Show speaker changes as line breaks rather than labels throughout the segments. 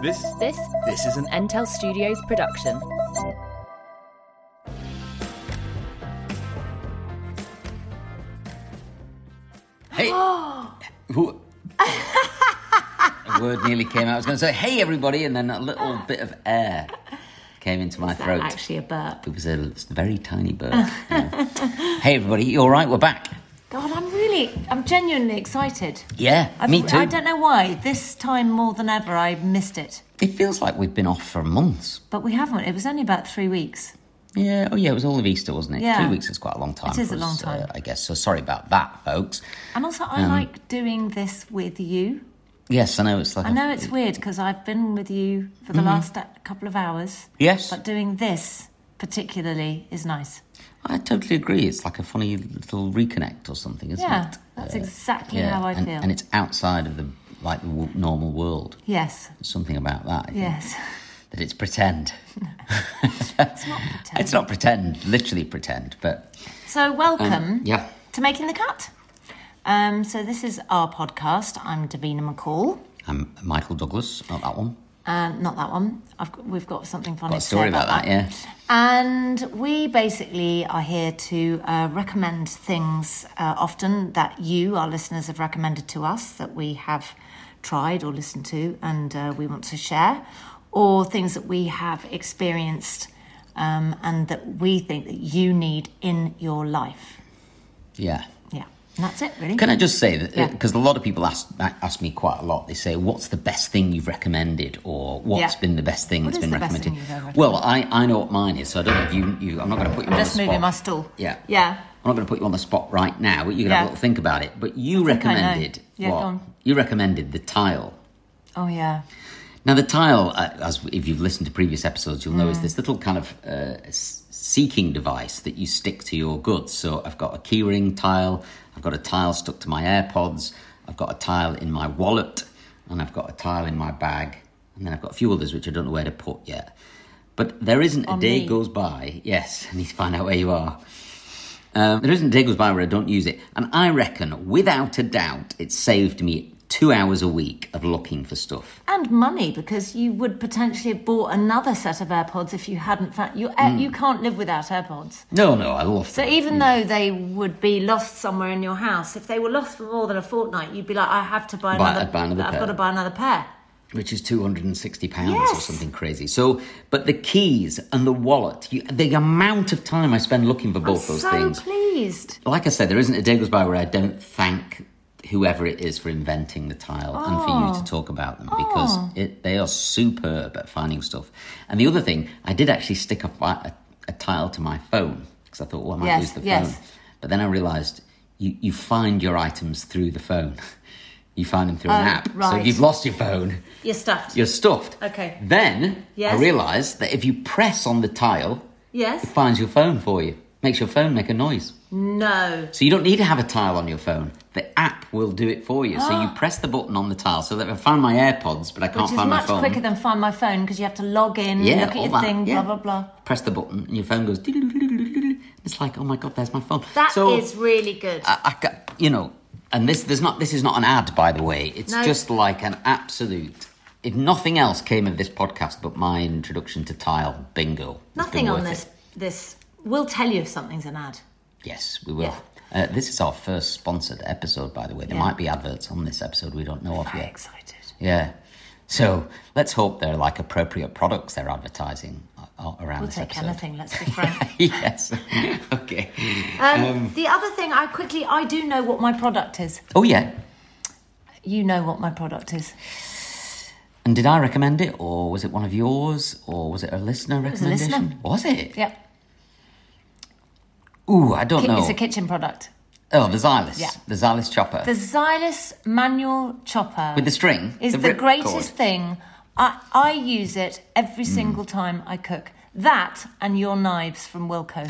This
This
this is an
Entel Studios production.
Hey. Who- a word nearly came out. I was going to say, hey, everybody, and then a little bit of air came into my throat.
Actually, a burp.
It was a very tiny bird. yeah. Hey, everybody, you all right? We're back.
God, I'm really, I'm genuinely excited.
Yeah,
I've,
me too.
I don't know why. This time more than ever, I missed it.
It feels like we've been off for months.
But we haven't. It was only about three weeks.
Yeah, oh yeah, it was all of Easter, wasn't it?
Yeah.
Three weeks is quite a long time.
It is
for
a long
us, uh,
time.
I guess. So sorry about that, folks.
And also, I
Um,
like doing this with you.
Yes, I know it's like.
I
a-
know it's weird because I've been with you for
Mm-hmm.
the last uh, couple of hours,
Yes,
but doing this particularly is nice.
I totally agree. It's like a funny little reconnect or something, isn't
Yeah,
it?
that's exactly
uh, Yeah,
how I
and,
feel.
and it's outside of the like the w- normal world.
yes,
There's something about that. I think,
yes.
That it's pretend.
It's not pretend.
It's not pretend. Literally pretend. But
So, welcome.
yeah.
to Making the Cut. Um, so this is our podcast. I'm Davina McCall.
I'm Michael Douglas. Not that one.
Uh, not that one. I've, got- we've got something funny
Got a
to say
story about that. Yeah.
And we basically are here to uh, recommend things uh, often that you, our listeners, have recommended to us that we have tried or listened to and uh, we want to share, or things that we have experienced um, and that we think that you need in your life.
Yeah.
Yeah. And that's it, really.
Can I just say that
Yeah.
because a lot of people ask ask me quite a lot. They say, "What's the best thing you've recommended?" or "What's
Yeah.
been the best thing
What
that's
is
been
the best
recommended?"
thing you've ever
well, I, I know what mine is, so I don't know if you. you I'm not going to put you on
Just
the spot.
moving my stool.
Yeah.
Yeah.
I'm not going to put you on the spot right now, but you can
Yeah.
have a little think about it. But
think
you
I know.
recommended
Yeah, go
what?
on.
You recommended the tile.
Oh, yeah.
Now, the tile, uh, as if you've listened to previous episodes, you'll know is this little kind of uh, s- seeking device that you stick to your goods. So I've got a keyring tile, I've got a tile stuck to my AirPods, I've got a tile in my wallet, and I've got a tile in my bag, and then I've got a few others which I don't know where to put yet. But there isn't a day
me.
goes by, yes, I need to find out where you are. Um, there isn't a day goes by where I don't use it. And I reckon, without a doubt, it saved me two hours a week of looking for stuff.
And money, because you would potentially have bought another set of AirPods if you hadn't found you. eh,
Hmm.
You can't live without AirPods.
No, no, I love
So
that.
even though they would be lost somewhere in your house, if they were lost for more than a fortnight, you'd be like, I have to buy
Buy-
another.
buy another
I've
pair."
got to buy another pair.
which is two hundred and sixty pounds or
Yes.
something crazy. So, but the keys and the wallet, you, the amount of time I spend looking for both those
so
things.
pleased.
Like I said, there isn't a day goes by where I don't thank whoever it is for inventing the tile and
Oh.
for you to talk about them because it, they are superb at finding stuff. And the other thing, I did actually stick a, fi- a, a tile to my phone because I thought, well, I might
Yes,
lose the
yes.
phone. But then I realised you, you find your items through the phone. You find them through an
Oh,
app. So if
right.
you've lost your phone,
You're stuffed.
you're stuffed.
Okay.
Then I
Yes.
realised that if you press on the tile,
yes.
it finds your phone for you. Makes your phone make a noise.
No.
So you don't need to have a tile on your phone. The app will do it for you. So you press the button on the tile so that if I find my AirPods, but I can't
Ah. Which is
find my
much
phone.
quicker than find my phone because you have to log in,
Yeah,
look at
all
your
that,
thing,
yeah.
blah blah blah.
press the button and your phone goes. "Diddle-diddle-diddle-diddle." It's like, oh my god, there's my phone.
That is
so
really good.
I, I ca- you know, and this there's not this is not an ad, by the way. It's
No.
just like an absolute. If nothing else came of this podcast, but my introduction to tile bingo. it's been
Nothing on
worth
this.
it.
This we'll tell you if something's an ad.
Yes, we will. Uh, this is our first sponsored episode, by the way. There
Yeah.
might be adverts on this episode we don't know of
Very
yet.
excited.
Yeah. So let's hope they're like appropriate products they're advertising a- a- around
We'll
this
take
episode.
anything. Let's be frank.
yes. okay.
Um, the other thing, I quickly, I do know what my product is.
Oh yeah.
You know what my product is.
And did I recommend it, or was it one of yours, or was it a listener
was a listener.
recommendation? Was it?
Yep,
Ooh, I don't
Ki-
know.
it's a kitchen product.
Oh, the Xylus.
Yeah.
The Xylus chopper.
The Xylus manual chopper
With the string.
is the,
rip
greatest
cord.
thing. I, I use it every single time I cook. That and your knives from Wilco.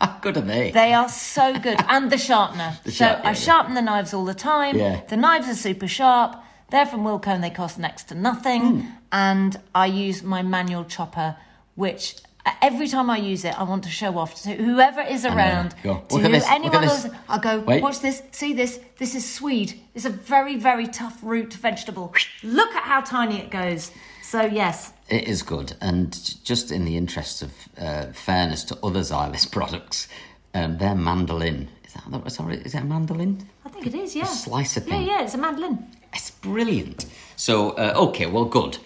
How good are they?
They are so good. And the sharpener. so
sharp- yeah,
I
yeah.
sharpen the knives all the time.
Yeah.
The knives are super sharp. They're from Wilco and they cost next to nothing.
Hmm.
And I use my manual chopper, which uh, every time I use it, I want to show off to whoever is around.
Go,
To
look at this, look at
anyone
this.
else. I'll go,
Wait.
watch this, see this. This is swede. It's a very, very tough root vegetable. Look at how tiny it goes. So, yes.
It is good, and j- just in the interest of uh, fairness to other Xylus products, um, their mandolin is that the, sorry, is it a mandolin?
I think it is, yeah.
slicer thing.
Yeah, yeah, it's a mandolin.
It's brilliant. So uh, okay, well, good.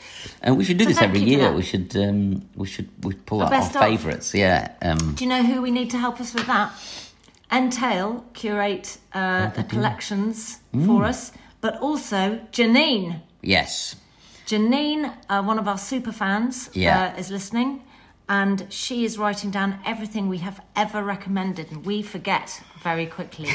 Uh, we should do
So
this
thank
every
you for
year.
that.
We should um, we should we pull out
best
our
of.
favourites. Yeah, um,
Do you know who we need to help us with that? Entail curate uh, the collections
Mm.
for us, but also Janine.
yes,
Janine, uh, one of our super fans,
Yeah.
uh, is listening, and she is writing down everything we have ever recommended, and we forget very quickly.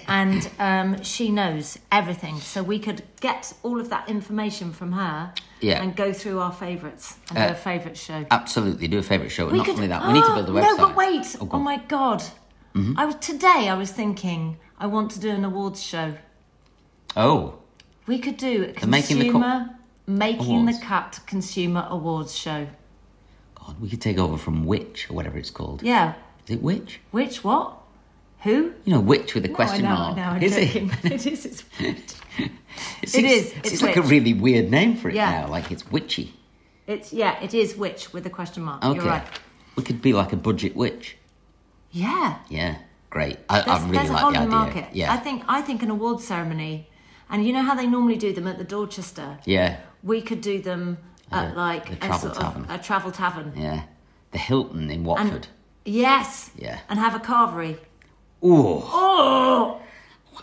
And um, she knows everything, so we could get all of that information from her
Yeah. Uh,
and go through our favourites and her favourite show.
absolutely. Do a favourite show. Not only that, we need to build the website.
No, but wait.
Oh,
Oh,
go on. Mm-hmm.
my god. I was today. I was thinking. I want to do an awards show.
Oh,
We could do a consumer
Making the Cut
Making the
Awards.
cut consumer awards show.
God, we could take over from Witch or whatever it's called.
Yeah.
Is it Witch?
Which what? Who?
You know, Witch with a
No,
question
I know,
mark.
I know, I'm
is it?
joking. it is. It's
It's,
is,
It's,
it's
like a
Witch.
really weird name for it
Yeah.
now. Like it's witchy.
It's yeah. It is which with a question mark.
Okay.
You're right.
We could be like a budget witch.
Yeah.
Yeah. Great. I,
There's,
I really
there's a
like
whole
the
new
idea.
market.
Yeah.
I think I think an awards ceremony, and you know how they normally do them at the Dorchester.
yeah.
we could do them at like
the
a
travel
sort
tavern.
of a travel tavern.
Yeah. The Hilton in Watford.
Yes.
Yeah.
And have a carvery.
Ooh.
Oh,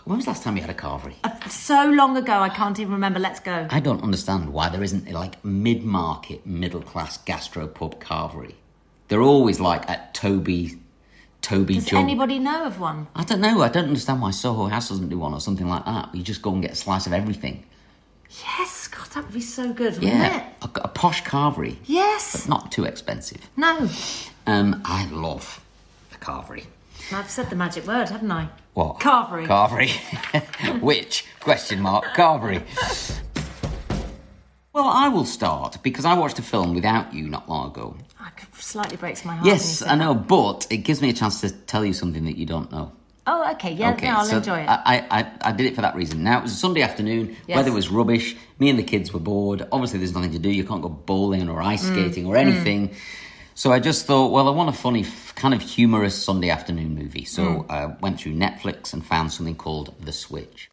When was the last time you had a carvery?
so long ago, I can't even remember. Let's go.
I don't understand why there isn't like mid-market, middle-class gastropub carvery. They're always like at Toby, Toby
Does
Jump.
anybody know of one?
I don't know. I don't understand why Soho House doesn't do one or something like that. You just go and get a slice of everything.
Yes, God, that would be so good, wouldn't
Yeah,
it?
a, a posh carvery,
Yes.
not too expensive.
No.
Um, I love a carvery.
I've said the magic word, haven't I?
What?
Carvery.
Carvery. Which? Question mark. Carvery. Well, I will start because I watched a film without you not long ago.
I could- slightly breaks my heart. when you
Yes,
say
I know, but it gives me a chance to tell you something that you don't know.
Oh, okay. Yeah, no, I'll
so uh,
enjoy it.
I, I, I- I did it for that reason. Now, it was a Sunday afternoon,
Yes.
weather was rubbish, me and the kids were bored. Obviously, there's nothing to do, you can't go bowling or ice
Mm.
skating or anything. So I just thought, well, I want a funny, f- kind of humorous Sunday afternoon movie.
Mm.
So I went through Netflix and found something called The Switch.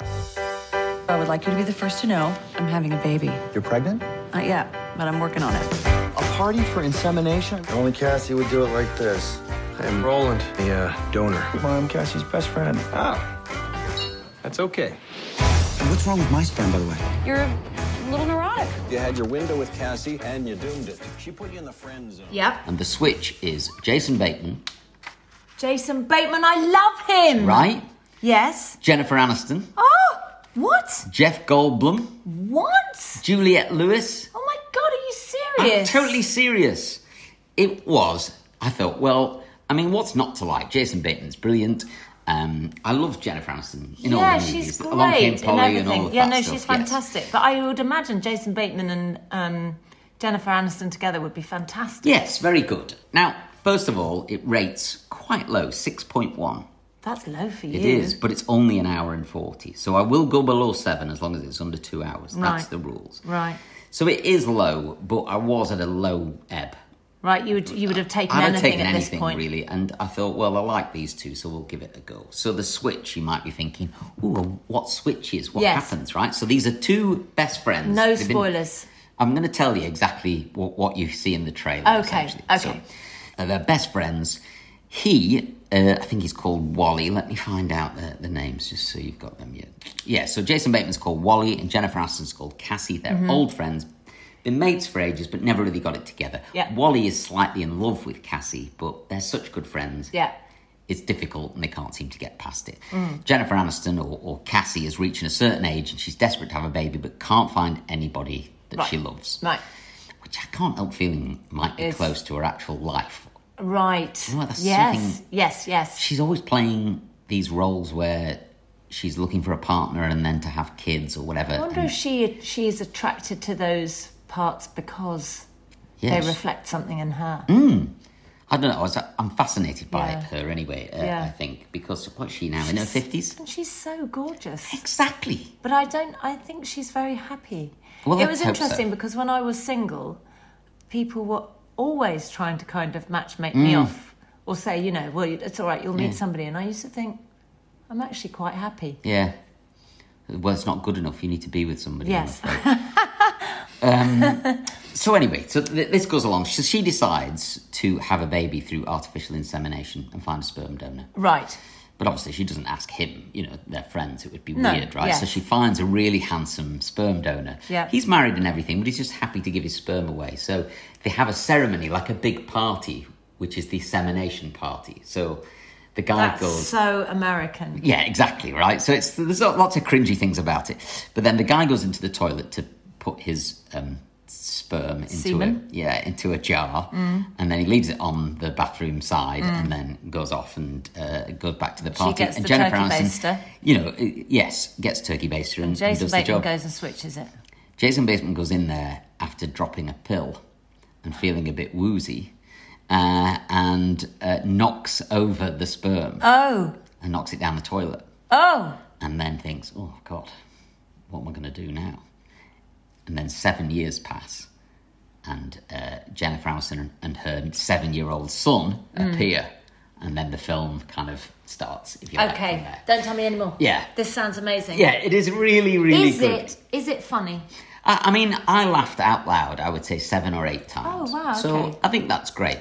I would like you to be the first to know I'm having a baby.
You're pregnant?
Not yet, but I'm working on it.
A party for insemination?
Only Cassie would do it like this. I'm Roland, the uh, donor.
Mom, Cassie's best friend.
Oh, that's okay.
What's wrong with my sperm, by the way?
You're a little neurotic.
You had your window with Cassie and you doomed it. She put you in the friend zone.
Yep.
And The Switch is Jason Bateman,
Jason Bateman, I love him.
right?
Yes.
Jennifer Aniston,
Oh, what?
Jeff Goldblum,
What?
Juliette Lewis.
Oh my God, are you
I'm
serious?
totally serious. It was. I thought, well, I mean, what's not to like? Jason Bateman's brilliant. Um, I love Jennifer Aniston in all
yeah,
the movies.
she's great
Along Came
in
Polly
everything.
and all of
yeah,
that
no,
stuff,
she's
yes.
fantastic. But I would imagine Jason Bateman and um, Jennifer Aniston together would be fantastic.
Yes, very good. Now, first of all, it rates quite low, 6.1.
That's low for you.
It is, but it's only an hour and 40. So I will go below 7 as long as it's under 2 hours. That's
Right.
the rules.
Right,
So it is low, but I was at a low ebb.
right. You would you would have taken
I don't
anything
take
at
anything
this point.
really, and I thought, well, I like these two, so we'll give it a go. So the switch, you might be thinking, ooh, well, what switches? What
Yes.
happens? Right. So these are two best friends.
No
They've been-
spoilers.
I'm going to tell you exactly what, what you see in the trailer.
Okay,
essentially.
okay.
So, uh, they're best friends. He, uh, I think he's called Wally. Let me find out the, the names just so you've got them. Yeah. yeah, so Jason Bateman's called Wally and Jennifer Aniston's called Cassie. They're
Mm-hmm.
old friends, been mates for ages, but never really got it together.
Yeah.
Wally is slightly in love with Cassie, but they're such good friends.
Yeah.
it's difficult and they can't seem to get past it.
Mm.
Jennifer Aniston or, or Cassie is reaching a certain age and she's desperate to have a baby but can't find anybody that she loves,
Right.
which I can't help feeling might be
Is-
close to her actual life.
Right.
know what, that's
yes.
something-
Yes. Yes.
She's always playing these roles where she's looking for a partner and then to have kids or whatever.
I wonder if she she is attracted to those parts because
Yes. Hmm?
they reflect something in her.
I don't know. I was, I'm fascinated by
Yeah.
her anyway. Uh,
Yeah.
I think because what's she now in her fifties?
And she's so gorgeous.
Exactly.
But I don't. I think she's very happy.
Well,
it
let's
was
hope so.
interesting because when I was single, people were always trying to kind of match make me
Mm.
off or say, you know, well, it's all right, you'll meet somebody. And I used to think, I'm actually quite happy.
Yeah. Well, it's not good enough. You need to be with somebody. I'm
Yes.
afraid. um, so anyway, so th- this goes along. So she decides to have a baby through artificial insemination and find a sperm donor.
Right.
But obviously, she doesn't ask him. You know, they're friends. It would be
No,
weird, right? So
yes.
she finds a really handsome sperm donor.
Yeah.
he's married and everything, but he's just happy to give his sperm away. So they have a ceremony, like a big party, which is the semination party. So the guy
That's
goes,
so American.
yeah, exactly, right? So it's there's lots of cringy things about it. But then the guy goes into the toilet to put his um, sperm into
Semen? Mm.
a yeah into a jar, and then he leaves it on the bathroom side, and then goes off and uh, goes back to the party.
gets
and
the turkey baster.
you know, i- yes, gets turkey baster and, and
Jason
does the
Bateman
job.
goes and switches it.
Jason Bateman goes in there after dropping a pill and feeling a bit woozy, uh, and uh, knocks over the sperm
Oh,
and knocks it down the toilet
oh,
and then thinks, oh God, what am I going to do now? And then seven years pass, and uh, Jennifer Aniston and- and her seven-year-old son
Mm.
appear, and then the film kind of starts. If you like, from
okay.
there.
Don't tell me anymore.
Yeah.
This sounds amazing.
yeah, it is really, really
Is
good.
it? Is it funny?
I, I mean, I laughed out loud. I would say seven or eight times.
Oh, wow,
So
okay.
I think that's great.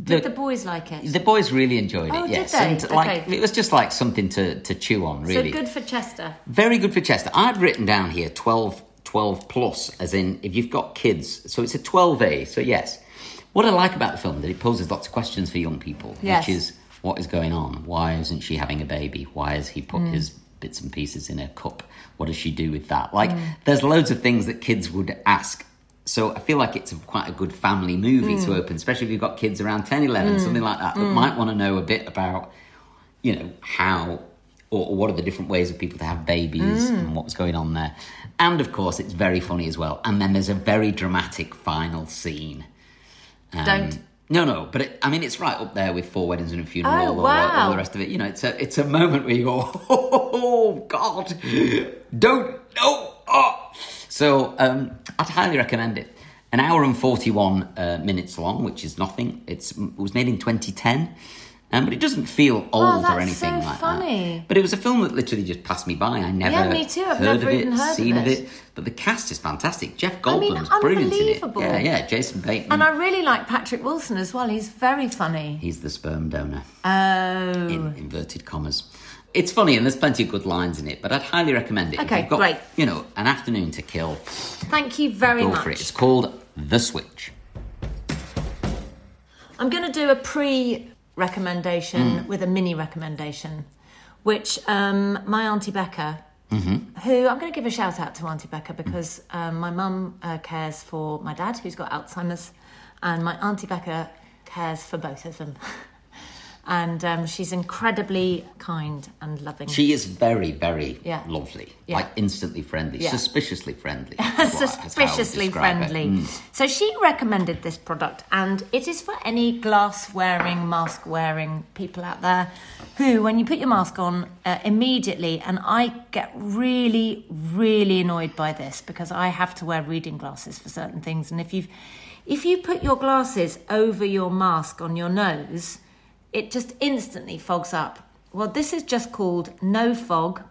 Did the boys like it?
the boys really enjoyed
Oh,
it.
did
Yes,
they?
and like
Okay.
it was just like something to, to chew on. Really, Mm.
So good for Chester.
Very good for Chester. I've written down here 12, 12 plus, as in if you've got kids. So it's a 12A, so yes. What I like about the film that it poses lots of questions for young people,
Yes.
which is what is going on? Why isn't she having a baby? Why has he put his bits and pieces in a cup? What does she do with that? Like, there's loads of things that kids would ask. So I feel like it's a, quite a good family movie to open, especially if you've got kids around 10, 11, something like that, that might want to know a bit about you know how or, or what are the different ways of people to have babies
Mm.
and what was going on there and of course it's very funny as well and then there's a very dramatic final scene Um,
Don't.
no no but it, i mean it's right up there with four weddings and a funeral
Oh,
or all- all,
wow.
the rest of it you know it's a it's a moment where you go oh god don't no oh. so um i'd highly recommend it an hour and 41 uh, minutes long which is nothing it's it was made in 2010 um, but it doesn't feel old
Oh,
or
that's
anything
so
like
funny.
that. But it was a film that literally just passed me by. I never
Yeah, me too. I've
heard
never
of it,
even heard of
seen
it.
But the cast is fantastic. Jeff
I mean,
Goldblum's brilliant in it.
unbelievable.
Yeah, yeah. Jason Bateman.
And I really like Patrick Wilson as well. He's very funny.
He's the sperm donor
Oh.
in inverted commas. It's funny, and there's plenty of good lines in it. But I'd highly recommend it. If
Okay,
you've got,
great.
You know, an afternoon to kill.
Thank you very
Go
much.
for it. It's called The Switch.
I'm going to do a pre recommendation with a mini recommendation, which um, my Auntie Becca, who I'm going to give a shout out to Auntie Becca because um, my mum uh, cares for my dad who's got Alzheimer's, and my Auntie Becca cares for both of them. and um, she's incredibly kind and loving.
She is very, very
Yeah.
lovely.
Yeah.
Like instantly friendly,
Yeah.
suspiciously friendly. is what- that's how I would
suspiciously
describe it. Mm.
friendly. So she recommended this product, and it is for any glass wearing, mask wearing people out there who, when you put your mask on uh, immediately, and I get really, really annoyed by this because I have to wear reading glasses for certain things, and if you've if you put your glasses over your mask on your nose, it just instantly fogs up. Well, this is just called no fog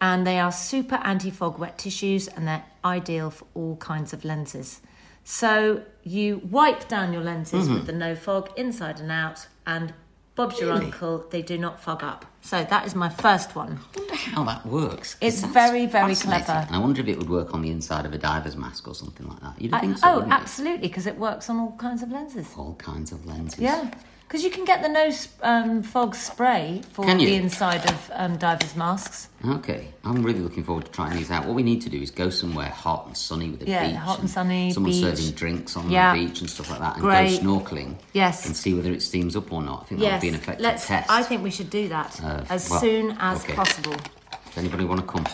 and they are super anti fog wet tissues and they're ideal for all kinds of lenses. So you wipe down your lenses
Mm-hmm.
with the no fog inside and out, and Bob's your uncle, they do not fog up. So that is my first one.
I wonder how that works. 'cause
It's
that's
very, very
fascinating.
clever.
And I wonder if it would work on the inside of a diver's mask or something like that. You'd
I-
think so.
oh,
wouldn't it?
absolutely, because it works on all kinds of lenses.
All kinds of lenses.
Yeah. Because you can get the nose um, fog spray for
Can you?
the inside of um, divers' masks.
Okay, I'm really looking forward to trying these out. What we need to do is go somewhere hot and sunny with a
Yeah,
beach.
hot and
and
sunny,
Someone
beach.
serving drinks on
Yeah.
the beach and stuff like that, and
Great.
go snorkeling.
Yes.
And see whether it steams up or not. I think that would be an effective
let's.
test.
I think we should do that
Uh,
as
well,
soon as
okay.
possible.
Does anybody want to come?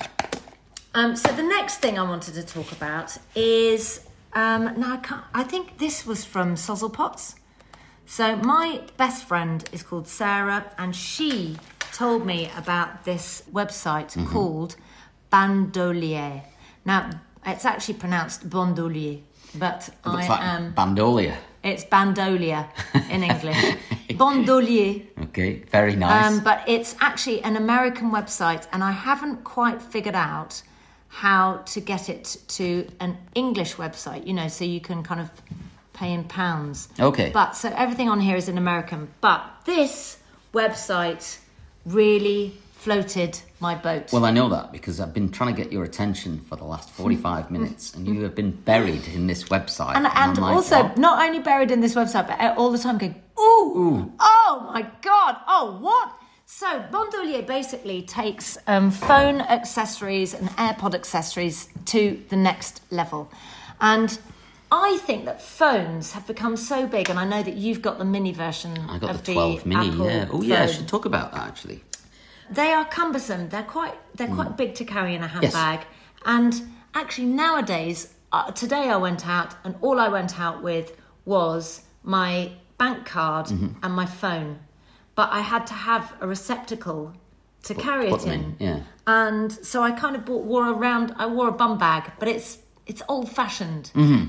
Um, so the next thing I wanted to talk about is um, now I, can't, I think this was from Sozzlepots. So my best friend is called Sarah, and she told me about this website
Mm-hmm.
called Bandolier. Now it's actually pronounced Bandolier, but
It looks
I
like
am.
Bandolia.
It's Bandolier in English. Bandolier.
Okay, very nice.
Um, but it's actually an American website, and I haven't quite figured out how to get it to an English website, you know, so you can kind of pay in pounds.
Okay.
But so everything on here is in American. But this website really floated my boat.
well, I know that because I've been trying to get your attention for the last 45 minutes, and you have been buried in this website.
Hmm. and and
I'm like,
also,
what?
not only buried in this website, but all the time going, ooh, oh my God, oh what? So, Bondolier basically takes um, phone accessories and AirPod accessories to the next level. And I think that phones have become so big, and I know that you've got the mini version
I got
of
the 12 mini.
Apple
yeah. Oh, yeah. I
phone.
should talk about that actually.
They are cumbersome. They're quite they're quite big to carry in a
Hmm. Yes.
handbag. And actually nowadays, uh, today I went out and all I went out with was my bank card
Mm-hmm.
and my phone. But I had to have a receptacle to carry it
Put them
in.
in. Yeah.
And so I kind of bought, wore a round I wore a bum bag, but it's it's old fashioned,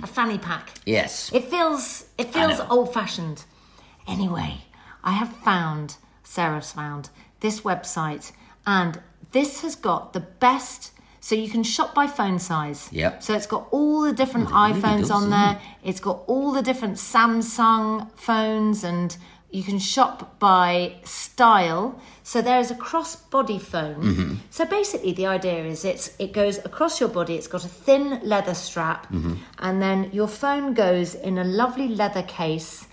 a fanny pack.
Mm-hmm. Yes.
It feels it feels
know.
old fashioned. Anyway, I have found Sarah's found this website, and this has got the best. So you can shop by phone size.
Yep.
So it's got all the different
Well, it really
iPhones
does,
on
doesn't
there. It's got all the different Samsung phones, and you can shop by style. So there is a cross-body phone. So basically, the idea is it's it goes across your body. It's got a thin leather strap, and then your phone goes in a lovely leather case.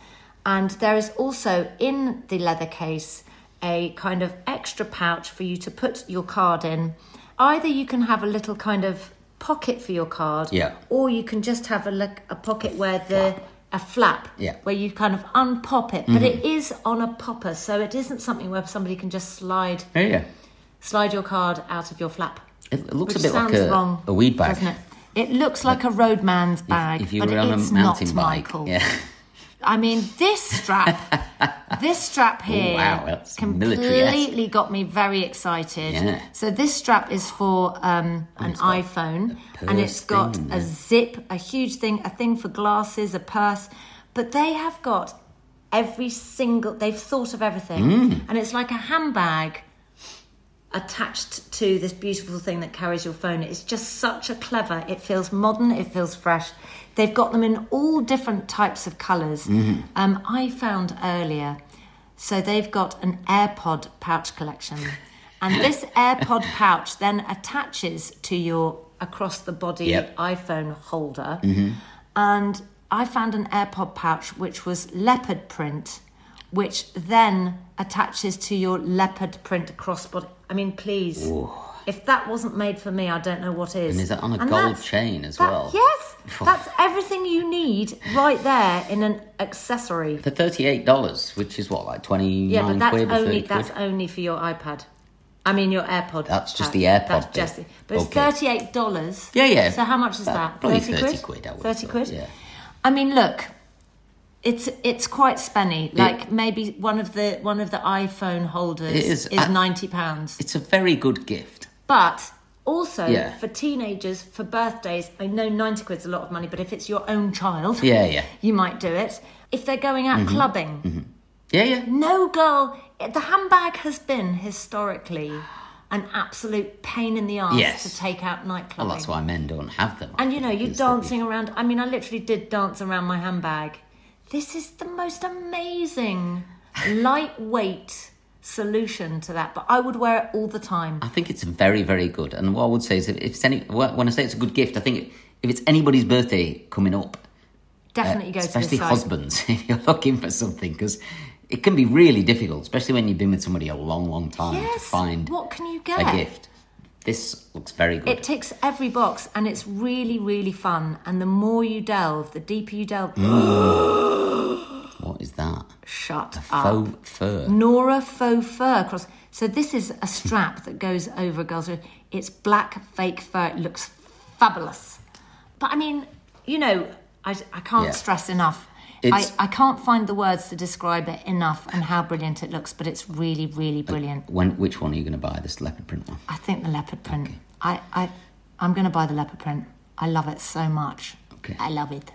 And there is also in the leather case a kind of extra pouch for you to put your card in. Either you can have a little kind of pocket for your card,
Yeah.
or you can just have a look a pocket where the a flap
Yeah. Mm-hmm.
where you kind of unpop it but it is on a popper so it isn't something where somebody can just slide
Yeah, yeah.
slide your card out of your flap
It it looks
which
a bit like
sounds
a,
wrong
a weed bag.
doesn't it it looks like a roadman's bag
if you
but
were on a
it's
mountain
not
bike.
michael
Yeah.
i mean this strap this strap here
Oh, wow, that's
completely
military-esque.
got me very excited
Yeah. Oh,
so this strap is for um, an
it's got
iphone
a
and it's
purse
got
thing
a
and-
zip a huge thing a thing for glasses a purse but they have got every single they've thought of everything
Mm.
and it's like a handbag attached to this beautiful thing that carries your phone it's just such a clever it feels modern it feels fresh they've got them in all different types of colors um, i found earlier so they've got an airpod pouch collection and this airpod pouch then attaches to your across the body
Yep.
iphone holder and I found an AirPod pouch which was leopard print, which then attaches to your leopard print crossbody. I mean, please, if that wasn't made for me, I don't know what is.
And is that on a
And
gold
that's-
chain as
that-
well?
Yes, that's everything you need right there in an accessory.
For thirty-eight dollars, which is what, like twenty-nine
Yeah, but that's
quid or
only
30 quid?
that's only for your iPad. I mean, your AirPod.
That's just
pouch.
the AirPod
That's
bit.
just the- but it's
Okay.
thirty-eight dollars.
Yeah, yeah. Uh,
So how much is that?
Probably
Thirty quid.
I would have
Thirty
thought,
quid.
Yeah.
I mean, look, it's it's quite spenny. Like maybe one of the one of the iPhone holders
It
is,
is. I-
ninety pounds.
It's a very good gift.
But also
Yeah.
for teenagers for birthdays, I know ninety quid's a lot of money, but if it's your own child,
Yeah, Mm-hmm. yeah,
you might do it. If they're going out clubbing,
yeah, yeah.
no girl, the handbag has been historically an absolute pain in the arse
Yes.
to take out night clubbing.
Well, that's why men don't have them. I
And you know,
think,
you're
is that we-
dancing around. I mean, I literally did dance around my handbag. This is the most amazing, lightweight solution to that. But I would wear it all the time.
I think it's very, very good. And what I would say is, if if it's any, wh- when I say it's a good gift, I think if it's anybody's birthday coming up,
Definitely go to this
especially
site.
husbands, if you're looking for something, because it can be really difficult, especially when you've been with somebody a long, long time, to
Yes,
find
what can you
a
get?
gift. This looks very good.
It ticks every box and it's really, really fun. And the more you delve, the deeper you delve.
Mm. what is that?
Shut up.
Faux fur.
Nora faux fur cross. So this is a strap that goes over a girl's wrist. It's black fake fur. It looks fabulous. But I mean, you know, I, I can't
Yeah.
stress enough. I,
It's-
I can't find the words to describe it enough and how brilliant it looks, but it's really, really brilliant.
When? Which one are you going to buy? This leopard print one.
I think the leopard print. I, I, I'm going to buy the leopard print. I love it so much.
Okay.
I love it.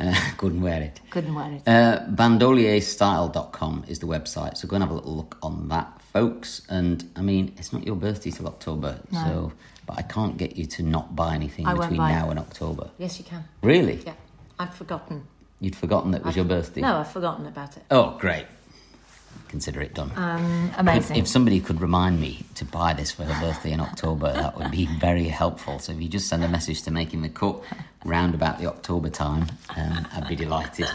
Uh, couldn't wear it.
Couldn't wear it.
Uh, bandolierstyle.com is the website, so go and have a little look on that, folks. And I mean, it's not your birthday till October, so but I can't get you to not buy anything
I won't
between
buy it.
now and October.
yes, you can.
Really?
Yeah, I've forgotten.
You'd forgotten that it was your birthday.
No, I've forgotten about it.
Oh, great. Consider it done.
Amazing.
If somebody could remind me to buy this for her birthday in October, that would be very helpful. So if you just send a message to Making the Cut round about the October time, um, I'd be delighted.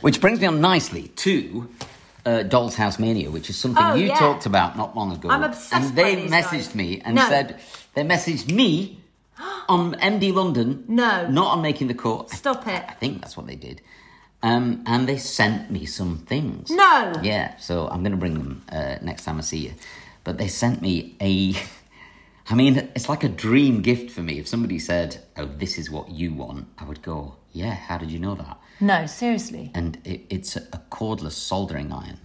Which brings me on nicely to uh, Doll's House Mania, which is something
Oh,
you
yeah.
talked about not long ago.
I'm obsessed
And they
by these
messaged
guys.
me and
No.
said, they messaged me on MD London.
No.
Not on Making the Cut.
Stop it.
I think that's what they did. Um, and they sent me some things.
No.
Yeah, so I'm going to bring them uh, next time I see you. But they sent me a. I mean, it's like a dream gift for me. If somebody said, "Oh, this is what you want," I would go, "Yeah, how did you know that?"
No, seriously.
And it, it's a, a cordless soldering iron,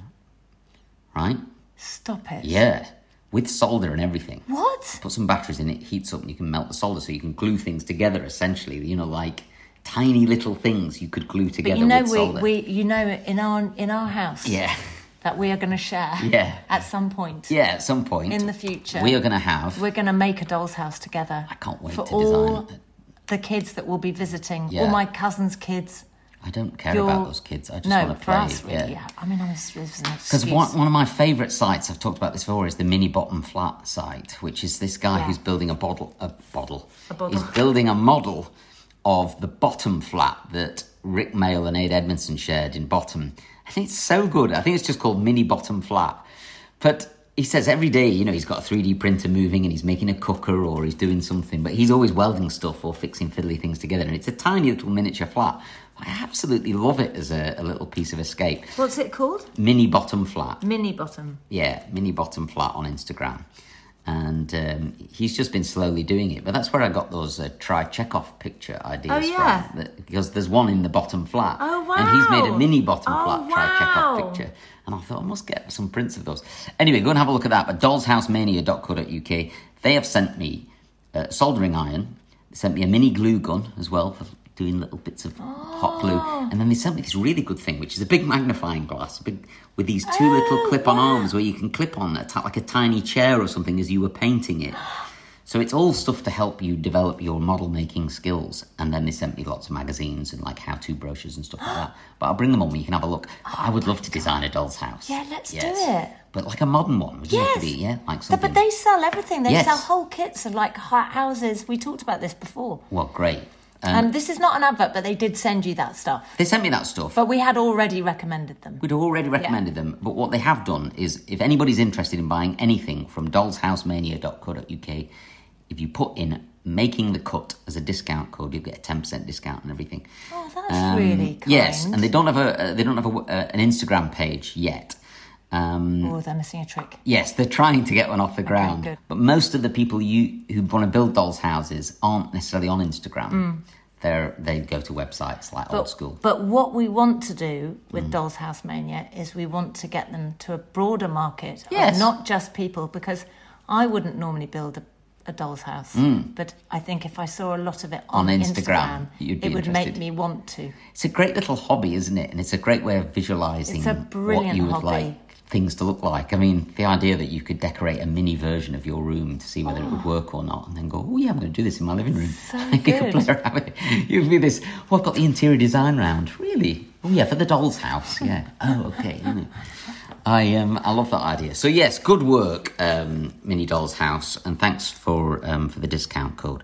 right?
Stop it.
Yeah, with solder and everything.
What?
Put some batteries in it, heats up, and you can melt the solder, so you can glue things together. Essentially, you know, like tiny little things you could glue
But
together
you know
with
we,
solder.
we you know in our in our house
Yeah,
that we are going to share
Yeah.
at some point
yeah. At some point
in the future.
we are going to have.
we're going to make a doll's house together. I
can't wait
for
to
all
design it.
the kids that will be visiting, all
Yeah.
my cousins' kids.
I don't care
your-
about those kids. I just
no,
want to
for
play.
us, really. Yeah. I mean, I was
Because one, one of my favourite sites, I've talked about this before, is the Mini Bottom Flat site, which is this guy
Yeah.
who's building a bottle, a bottle,
A bottle.
He's building a model of the bottom flat that Rick Mail and Aid Edmondson shared in Bottom. And it's so good. I think it's just called Mini Bottom Flat. But he says every day, you know, he's got a 3D printer moving and he's making a cooker or he's doing something, but he's always welding stuff or fixing fiddly things together. And it's a tiny little miniature flat. I absolutely love it as a, a little piece of escape.
What's it called?
Mini Bottom Flat
Mini bottom.
yeah, mini bottom flat on Instagram, and um, he's just been slowly doing it. But that's where I got those uh, try Chekhov picture ideas
Oh, yeah.
from. That, because there's one in the bottom flat,
Oh,
and he's made a
wow.
mini bottom
Oh,
flat try
wow.
Chekhov picture. And I thought I must get some prints of those. Anyway, go and have a look at that. But dollshousemania.co.uk, they have sent me uh, soldering iron. They sent me a mini glue gun as well for doing little bits of hot glue. And then they sent me this really good thing, which is a big magnifying glass, a big with these two little clip-on arms where you can clip on a ti- like a tiny chair or something as you were painting it. So it's all stuff to help you develop your model making skills. And then they sent me lots of magazines and like how-to brochures and stuff like that. But I'll bring them on when you can have a look. But I would love to design a doll's house.
Oh Yeah, let's do it.
But like a modern one, would yes.
Yes.
to be? Yeah, like
Th-
something.
But they sell everything. They
Yes.
sell whole kits of like hot houses. We talked about this before.
Well, great. Um,
And this is not an advert, but they did send you that stuff.
they sent me that stuff.
But we had already recommended them.
We'd already recommended them, but what they have done is if anybody's interested in buying anything from dollshousemania.co.uk, if you put in making the cut as a discount code, you get a 10% discount and everything.
Oh, that's really kind.
Um, Yes, and they don't have a uh, they don't have a, uh, an Instagram page yet.
Oh, they're missing a trick.
Yes, they're trying to get one off the ground.
good.
But most of the people you who want to build dolls houses aren't necessarily on Instagram. They're they go to websites like old school.
Mm. But what we want to do with
Mm.
Dolls House Mania is we want to get them to a broader market
Yes.
of not just people, because I wouldn't normally build a, a doll's house, but I think if I saw a lot of it on,
Mm. On Instagram, you'd be
it would make
interested.
me want to.
It's a great little hobby, isn't it? And it's a great way of visualizing
It's a
what
brilliant
you would
hobby.
like things to look like. I mean, the idea that you could decorate a mini version of your room to see whether it would work or not, and then go, "Oh yeah, I'm going to do this in my living room." So you could
good.
play around with it. You'd be this. Oh, I've got the interior design round. Really? Oh yeah, for the doll's house. Yeah. Oh okay. you know. I um I love that idea. So yes, good work, um, Mini Doll's House, and thanks for um, for the discount code.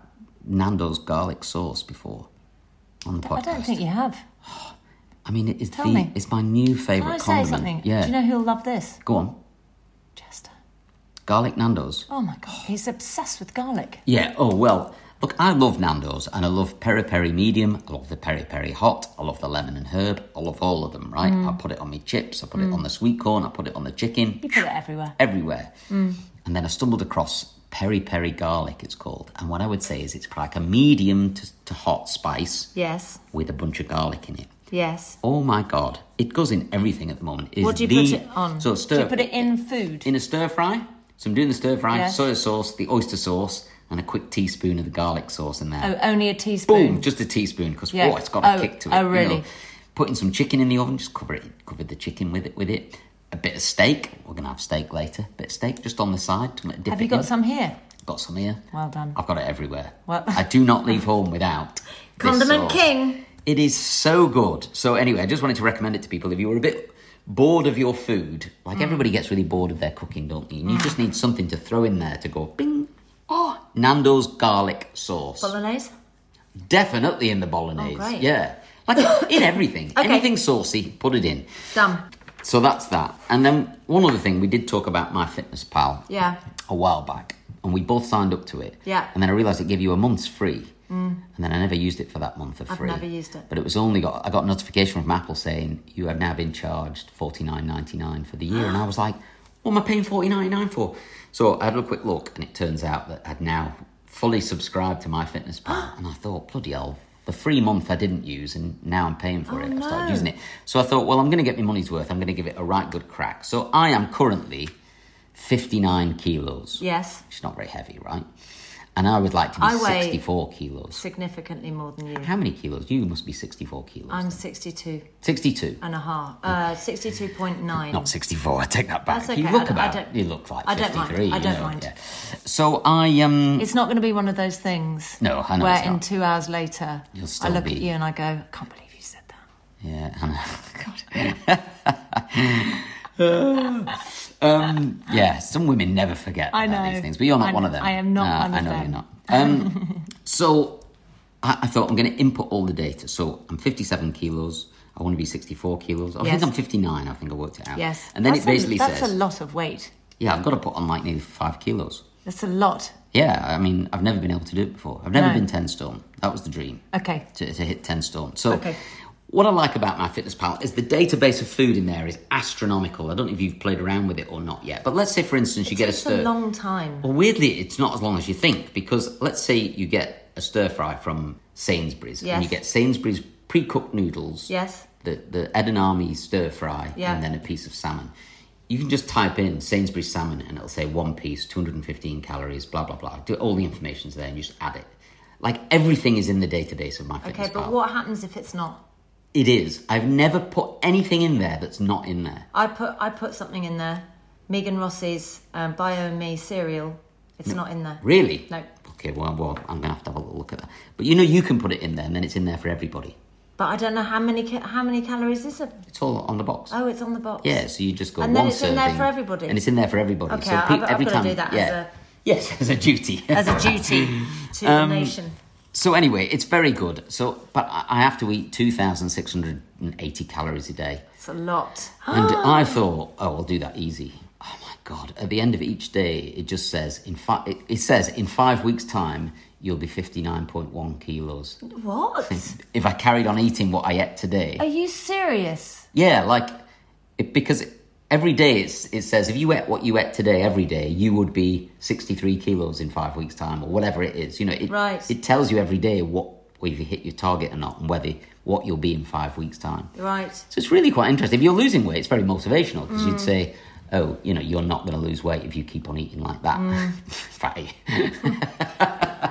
Nando's garlic sauce before on the podcast?
I don't think you have.
I mean, it is
Tell
the
me.
it's my
Can
new
I
favorite
say
condiment.
something?
Yeah,
Do you know who'll love this?
go on.
Chester.
Garlic Nando's.
Oh my God, he's obsessed with garlic.
Yeah, oh well. Look, I love Nando's and I love peri peri medium. I love the peri peri hot. I love the lemon and herb. I love all of them, right? I put it on my chips. I put it on the sweet corn. I put it on the chicken.
Mm. You put it Mm. everywhere.
everywhere. And then I stumbled across peri peri garlic, it's called. And what I would say is it's like a medium to, to hot spice
Yes,
with a bunch of garlic in it.
yes.
Oh my god, it goes in everything at the moment. It is
What do you
the-
put it on?
So stir.
Do you put it in food?
in a stir fry. So I'm doing the stir fry,
Yes.
soy sauce, the oyster sauce, and a quick teaspoon of the garlic sauce in there.
oh, only a teaspoon.
Boom, just a teaspoon because
Yeah.
oh, it's got a
Oh,
kick to it.
oh,
you
really?
know. Putting some chicken in the oven, just cover it, cover the chicken with it, with it. A bit of steak. We're gonna have steak later. bit of steak just on the side to dip
Have
it
you got
in.
some here?
Got some here.
Well done.
I've got it everywhere.
Well-
I do not leave home without this
Condiment
sauce.
king.
It is so good. So anyway, I just wanted to recommend it to people if you were a bit bored of your food. Like
Hmm.
everybody gets really bored of their cooking, don't they? And you just need something to throw in there to go bing. Oh, Nando's garlic sauce.
Bolognese?
Definitely in the bolognese.
Oh, great.
Yeah. Like in everything.
Okay.
Anything saucy, put it in.
Done.
So that's that. And then one other thing, we did talk about my fitness pal
Yeah.
a while back, and we both signed up to it.
Yeah.
And then I realised it gave you a month's free. Mm. And then I never used it for that month of
I've
free.
never used it.
But it was only got I got a notification from Apple saying you have now been charged forty nine ninety nine for the year, and I was like, what am I paying forty ninety nine for? So I had a quick look, and it turns out that I'd now fully subscribed to my fitness pal, and I thought, bloody hell. The free month I didn't use, and now I'm paying
Oh,
for it. I've started using it. So I thought, well, I'm going to get my money's worth. I'm going to give it a right good crack. So I am currently 59 kilos.
Yes.
It's not very heavy, right? And I would like to be
I weigh-
64 kilos.
Significantly more than you.
How many kilos? You must be 64 kilos.
I'm 62
62.
and a half. Uh, 62.9.
Not 64. I take that back.
That's okay.
You
I
look
don't- I
about.
don't-
you look like
I
53.
don't mind. I
you
don't
know,
mind.
yeah. So I um.
It's not going to be one of those things.
No, I know
Where
it's
in
not.
two hours later,
You'll
I
still
look
be-
at you and I go, I can't believe you said that.
Yeah, I know. um, yeah, some women never forget
I
about
know.
these things, but you're not
I'm-
one of them.
I am not
No,
one of
I know
them.
you're not. Um, so I, I thought I'm going to input all the data. So I'm 57 kilos. I want to be 64 kilos. I
Yes.
think I'm 59. I think I worked it out.
Yes.
And then
that's
it basically
a, that's
says,
a lot of weight.
yeah, I've got to put on like nearly five kilos.
That's a lot.
Yeah, I mean, I've never been able to do it before. I've never
No.
been 10 stone. That was the dream
Okay.
to, to hit 10 stone. So,
Okay.
what I like about my fitness pal is the database of food in there is astronomical. I don't know if you've played around with it or not yet, but let's say, for instance, you
it
get a
takes
stir.
a long time.
well, weirdly, it's not as long as you think because let's say you get a stir fry from Sainsbury's and
Yes.
you get Sainsbury's pre cooked noodles,
Yes.
the, the Edamame stir fry,
Yeah.
and then a piece of salmon. You can just type in Sainsbury's salmon and it'll say one piece, 215 calories, blah, blah, blah. Do- All the information's there and you just add it. Like everything is in the database of my fitness
Okay, but
pal.
what happens if it's not?
It is. I've never put anything in there that's not in there.
I put I put something in there. Megan Rossi's um, Bio Me cereal. It's
Mm.
not in there.
Really?
No.
Okay, well, well, I'm going to have to have a little look at that. But you know, you can put it in there and then it's in there for everybody.
But I don't know how many ca- how many calories is it?
It's all on the box.
Oh, it's on the box.
Yeah, so you just go
And then
one
it's in there
serving,
for everybody?
And it's in there for everybody.
Okay,
so
I-
pe-
I've- I've
every
gotta
time,
do that as
yeah.
a-
Yes, as a duty.
As a duty to the nation.
So anyway, it's very good. So, but I I have to eat two thousand six hundred and eighty calories a day,
It's a lot.
and I thought, oh, I'll do that easy. Oh my god! At the end of each day, it just says in five. It, it says in five weeks' time, you'll be fifty nine point one kilos.
What?
If I carried on eating what I ate today,
Are you serious?
yeah, like it, because every day it's, it says if you ate what you ate today every day, you would be sixty three kilos in five weeks' time or whatever it is. You know, it,
Right.
It tells you every day what whether you hit your target or not and whether what you'll be in five weeks' time.
Right.
So it's really quite interesting. If you're losing weight, it's very motivational because you'd say. Oh, you know, you're not going to lose weight if you keep on eating like that. Fatty.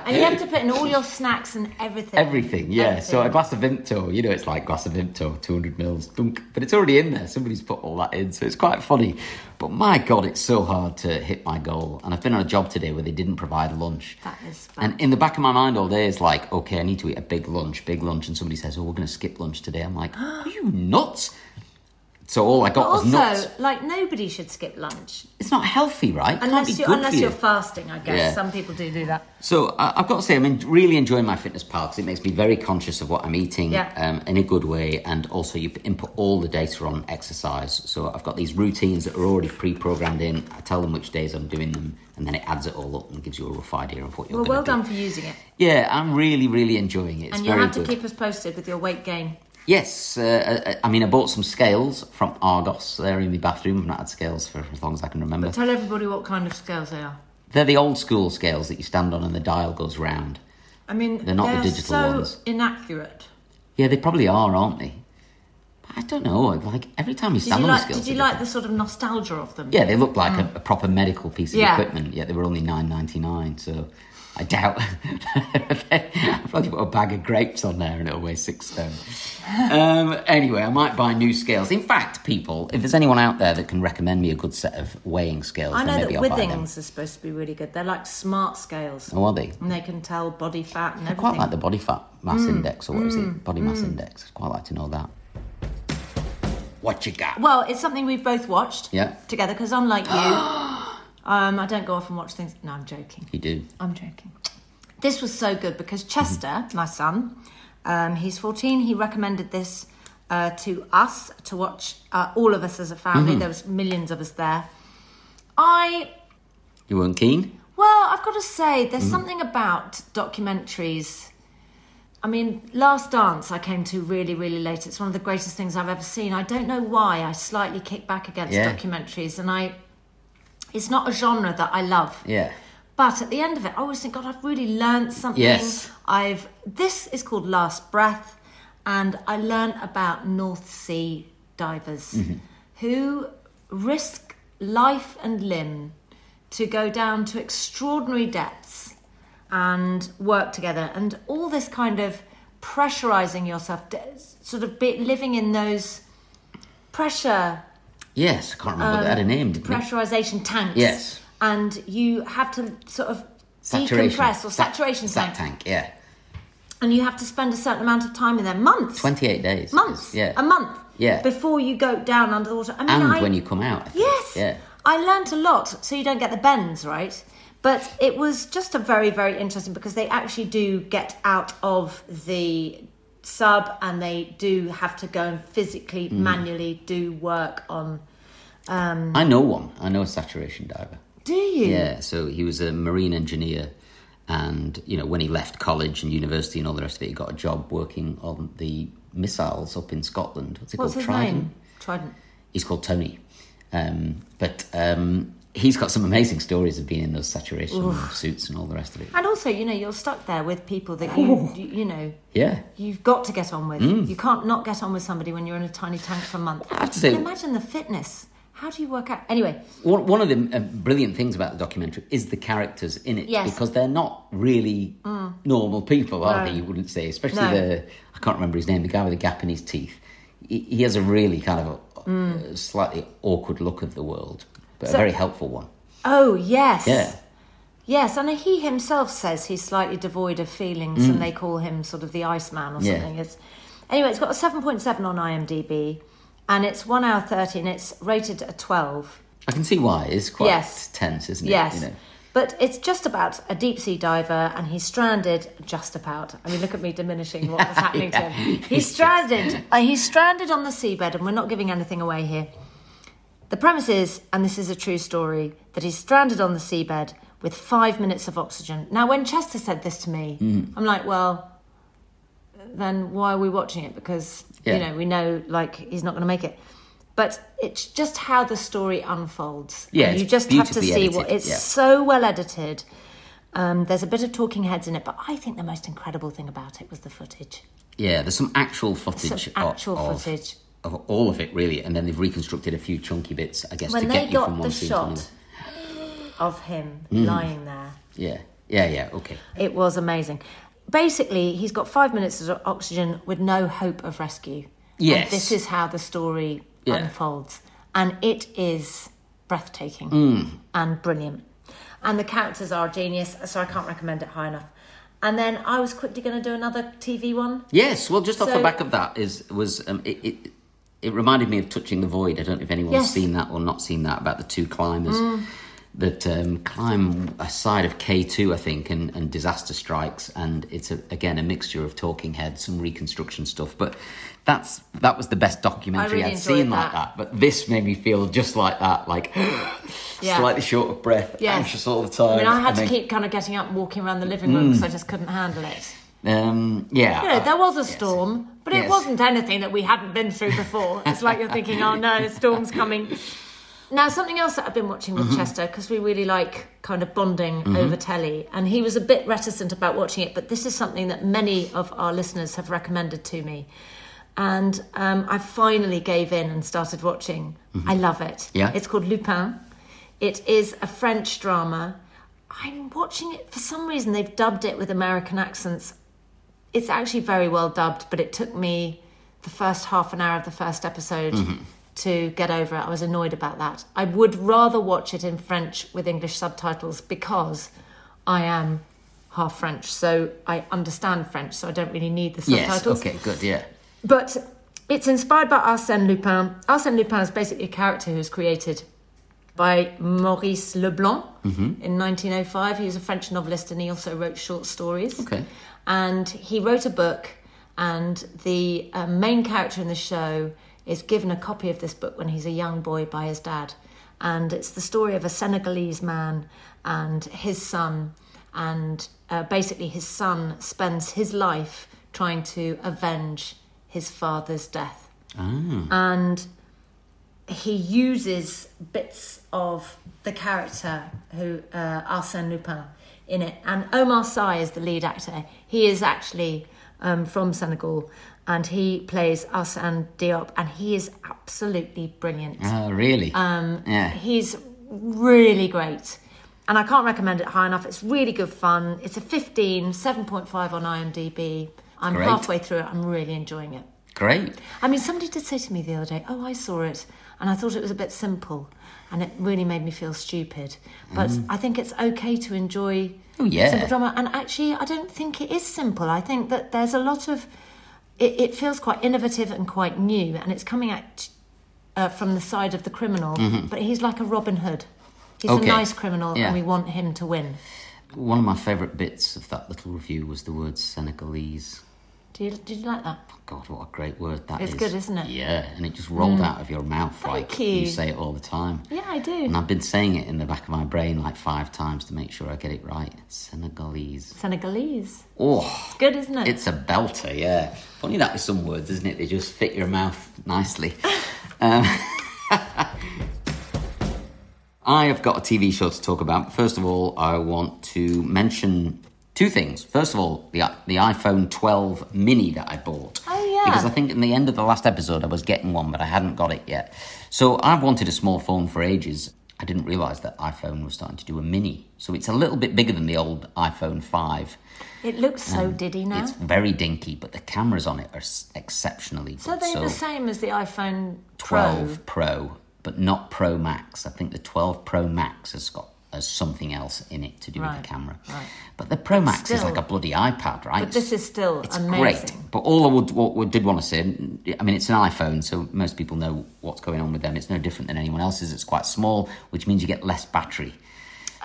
And you have to put in all your snacks and everything.
Everything, yeah. So a
Everything.
glass of Vimto, you know, it's like glass of Vimto, 200 mils, dunk. But it's already in there. Somebody's put all that in, so it's quite funny. But my God, it's so hard to hit my goal. And I've been on a job today where they didn't provide lunch.
That is bad.
And in the back of my mind all day is like, okay, I need to eat a big lunch, big lunch. And somebody says, oh, we're going to skip lunch today. I'm like, are you nuts? So all I got
also,
was nuts.
like nobody should skip lunch
It's not healthy, right? Can't be
unless you
good
unless
for you.
you're fasting. I guess
Yeah.
some people do do that.
So I, I've got to say, I'm en- really enjoying my fitness pal because it makes me very conscious of what I'm eating
Yeah.
um, in a good way, and also you p- input all the data on exercise. So I've got these routines that are already pre-programmed in. I tell them which days I'm doing them, and then it adds it all up and gives you a rough idea of what you're.
Well,
gonna
well done
do.
for using it.
Yeah, I'm really, really enjoying it. It's
and you'll
very
have to
good.
keep us posted with your weight gain.
Yes, uh, I- I mean I bought some scales from Argos. They're in my bathroom. I've not had scales for as long as I can remember.
Tell everybody what kind of scales they are.
They're the old school scales that you stand on and the dial goes round.
I mean,
They're not the
are
digital
so
ones.
inaccurate.
Yeah, they probably are, aren't they? But I don't know. Like every time you
Did
stand
you
on the
like?
skills,
Did you
they're
like the sort of nostalgia of them?
different. Yeah, they look like a, a proper medical piece of
Yeah.
equipment. Yet they were only nine ninety nine. So I doubt. I'll probably put a bag of grapes on there and it'll weigh six stone. um, anyway, I might buy new scales. In fact, people, if there's anyone out there that can recommend me a good set of weighing scales,
I know
then
that
maybe I'll buy them.
Withings are supposed to be really good. They're like smart scales,
Oh, are they?
and they can tell body fat and Mm,
I
everything. Mm,
quite like the body fat mass index, or what is it? Body mass index. I'd quite like to know that. What you got?
Well, it's something we've both watched
Yeah.
together because unlike you, um, I don't go off and watch things. No, I'm joking.
You do.
I'm joking. This was so good because Chester, my son, um, he's 14, he recommended this uh, to us to watch, uh, all of us as a family. There was millions of us there. I,
You weren't keen?
well, I've got to say, there's something about documentaries. I mean, Last Dance I came to really, really late. It's one of the greatest things I've ever seen. I don't know why I slightly kick back against
Yeah.
documentaries and I, it's not a genre that I love.
Yeah.
But at the end of it, I always think, God, I've really learned something.
Yes.
I've this is called Last Breath, and I learned about North Sea divers who risk life and limb to go down to extraordinary depths and work together, and all this kind of pressurizing yourself, d- sort of be, living in those pressure
Yes, I can't remember. they had
Um,
a name, didn't they?
pressurization tanks.
Yes.
And you have to sort of
Saturation.
decompress or
Sat-
saturation
Sat
tank.
tank, yeah.
And you have to spend a certain amount of time in there. Months.
28 days.
Months.
Yeah.
A month.
Yeah.
Before you go down under the water. I mean,
And
I,
when you come out. I think.
Yes.
Yeah.
I learnt a lot, so you don't get the bends, right? But it was just a very, very interesting because they actually do get out of the sub and they do have to go and physically,
Mm.
manually do work on.
I know one. I know a saturation diver.
Do you?
Yeah, so he was a marine engineer, and you know when he left college and university and all the rest of it, he got a job working on the missiles up in Scotland. What's it
What's his
called? Trident.
name? Trident.
He's called Tony, um, but um, he's got some amazing stories of being in those saturation suits and all the rest of it.
And also, you know, you're stuck there with people that you, you, you know,
Yeah,
you've got to get on with. You can't not get on with somebody when you're in a tiny tank for a month.
Mm. I have to say-
And imagine the fitness. How do you work out? Anyway,
One, one of the uh, brilliant things about the documentary is the characters in it
Yes. Mm.
because they're not really normal people,
No.
are they? You wouldn't say, especially
No.
the I can't remember his name, the guy with the gap in his teeth. He, he has a really kind of uh uh, slightly awkward look of the world, but a
Mm. So-
very helpful one.
oh yes,
Yeah,
yes, and he himself says he's slightly devoid of feelings, and they call him sort of the Iceman or
Mm. Yeah.
something. It's anyway, it's got a seven point seven on IMDb, and it's one hour thirty, and it's rated a twelve.
I can see why. It's quite
Yes.
tense, isn't it?
Yes.
You know?
But it's just about a deep sea diver and he's stranded just about. I mean, look at me diminishing what was happening to him. He's stranded. Uh, he's stranded on the seabed, and we're not giving anything away here. The premise is, and this is a true story, that he's stranded on the seabed with five minutes of oxygen. Now, when Chester said this to me,
Mm-hmm.
I'm like, well, then why are we watching it? Because, you
Yeah.
know, we know, like, he's not going to make it. But it's just how the story unfolds.
Yeah,
And you
it's
just have to
beautifully
see what
edited,
it's
yeah.
so well edited. Um, there's a bit of talking heads in it, but I think the most incredible thing about it was the footage.
Yeah, there's some actual footage.
Some
o-
actual
of,
footage.
of all of it, really, and then they've reconstructed a few chunky bits, I guess,
when
to
they
get you from
got
one
the
scene to another.
shot
Mm.
of him lying there,
Yeah, yeah, yeah. Okay.
it was amazing. Basically, he's got five minutes of oxygen with no hope of rescue.
Yes.
And this is how the story
Yeah.
unfolds. And it is breathtaking
Mm.
and brilliant. And the characters are genius, so I can't recommend it high enough. And then I was quickly going to do another TV one.
Yes. Well, just off the
So-
back of that is was um, it. it it reminded me of Touching the Void. I don't know if anyone's
Yes. Mm.
seen that or not seen that about the two climbers that um, climb a side of K2, I think, and, and disaster strikes. And it's, a, again, a mixture of talking heads, some reconstruction stuff. But that's that was the best documentary
really
I'd
enjoyed
seen like
that.
that. But this made me feel just like that, like
Yeah.
slightly short of breath,
Yes.
anxious all the time.
I mean, I had
and
to
then-
keep kind of getting up and walking around the living room because I just couldn't handle it.
Um, yeah.
You know, there was a
Mm. Yes.
storm, but it
Yes.
wasn't anything that we hadn't been through before. It's like you're thinking, oh no, a storm's coming. Now, something else that I've been watching with Chester, because we really like kind of bonding over telly, and he was a bit reticent about watching it, but this is something that many of our listeners have recommended to me. And um, I finally gave in and started watching. I love it.
Yeah.
It's called Lupin. It is a French drama. I'm watching it for some reason, they've dubbed it with American accents it's actually very well dubbed, but it took me the first half an hour of the first episode to get over it. I was annoyed about that. I would rather watch it in French with English subtitles because I am half French, so I understand French, so I don't really need the
Yes.
subtitles.
Okay. Good. Yeah.
But it's inspired by Arsène Lupin. Arsène Lupin is basically a character who was created by Maurice Leblanc
Mm-hmm.
in 1905. He was a French novelist and he also wrote short stories.
Okay.
And he wrote a book, and the uh, main character in the show is given a copy of this book when he's a young boy by his dad. And it's the story of a Senegalese man and his son. And uh, basically, his son spends his life trying to avenge his father's death. And he uses bits of the character who uh, Arsène Lupin in it, and Omar Sy is the lead actor. He is actually um, from Senegal, and he plays Arsène Diop, and he is absolutely brilliant.
Oh, really? Um, yeah.
He's really great. And I can't recommend it high enough. It's really good fun. It's a 15, 7.5 on IMDb. I'm
Great.
halfway through it. I'm really enjoying it.
Great.
I mean, somebody did say to me the other day, "Oh, I saw it, and I thought it was a bit simple, and it really made me feel stupid." But I think it's okay to enjoy
Oh, Mm. yeah.
simple drama, and actually, I don't think it is simple. I think that there's a lot of it, it feels quite innovative and quite new, and it's coming at uh, from the side of the criminal, but he's like a Robin Hood. He's
Mm-hmm. Okay.
a nice criminal,
Yeah.
and we want him to win.
One of my favourite bits of that little review was the word Senegalese.
Do you, did you like that?
God, what a great word that
It's
is.
good, isn't it? Mm.
Yeah, and it just rolled out of your mouth like
you.
say it all the time.
Yeah, I do.
And I've been saying it in the back of my brain like five times to make sure I get it right. Senegalese.
Senegalese.
Oh,
It's good, isn't it?
it's a belter, yeah. Funny that with some words, isn't it? They just fit your mouth nicely. um, I have got a TV show to talk about. First of all, I want to mention two things. First of all, the i- the iPhone 12 mini that I bought.
Oh, yeah.
Because I think in the end of the last episode I was getting one, but I hadn't got it yet. So I've wanted a small phone for ages. I didn't realize that iPhone was starting to do a mini. So it's a little bit bigger than the old iPhone 5.
it looks so diddy now.
It's very dinky, but the cameras on it are s- exceptionally
So
good.
they're the same as the iPhone 12.
12 Pro. but not Pro Max. I think the 12 Pro Max has got has something else in it to do with
Right,
the camera.
right.
But the Pro Max is
still-
like a bloody iPad, right?
But this is still
it's
amazing.
great. But all I would, what, what did want to say, I mean, it's an iPhone, so most people know what's going on with them. It's no different than anyone else's. It's quite small, which means you get less battery.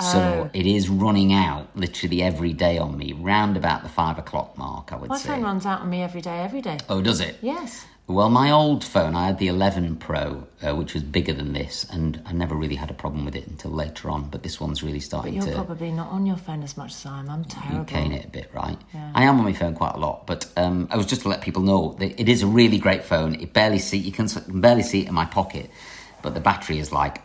Oh.
So it is running out literally every day on me, round about the five o'clock mark, I would
My
say.
phone runs out on me every day, every day.
Oh, does it?
Yes.
Well, my old phone, I had the 11 Pro, uh, which was bigger than this, and I never really had a problem with it until later on. But this one's really
But
starting
you're
to
probably not on your phone as much as I am. I'm terrible.
cane it a bit, right? I am on my phone quite a lot, but um, I was just to let people know that it is a really great phone. It barely see you can s- can barely see it in my pocket, but the battery is like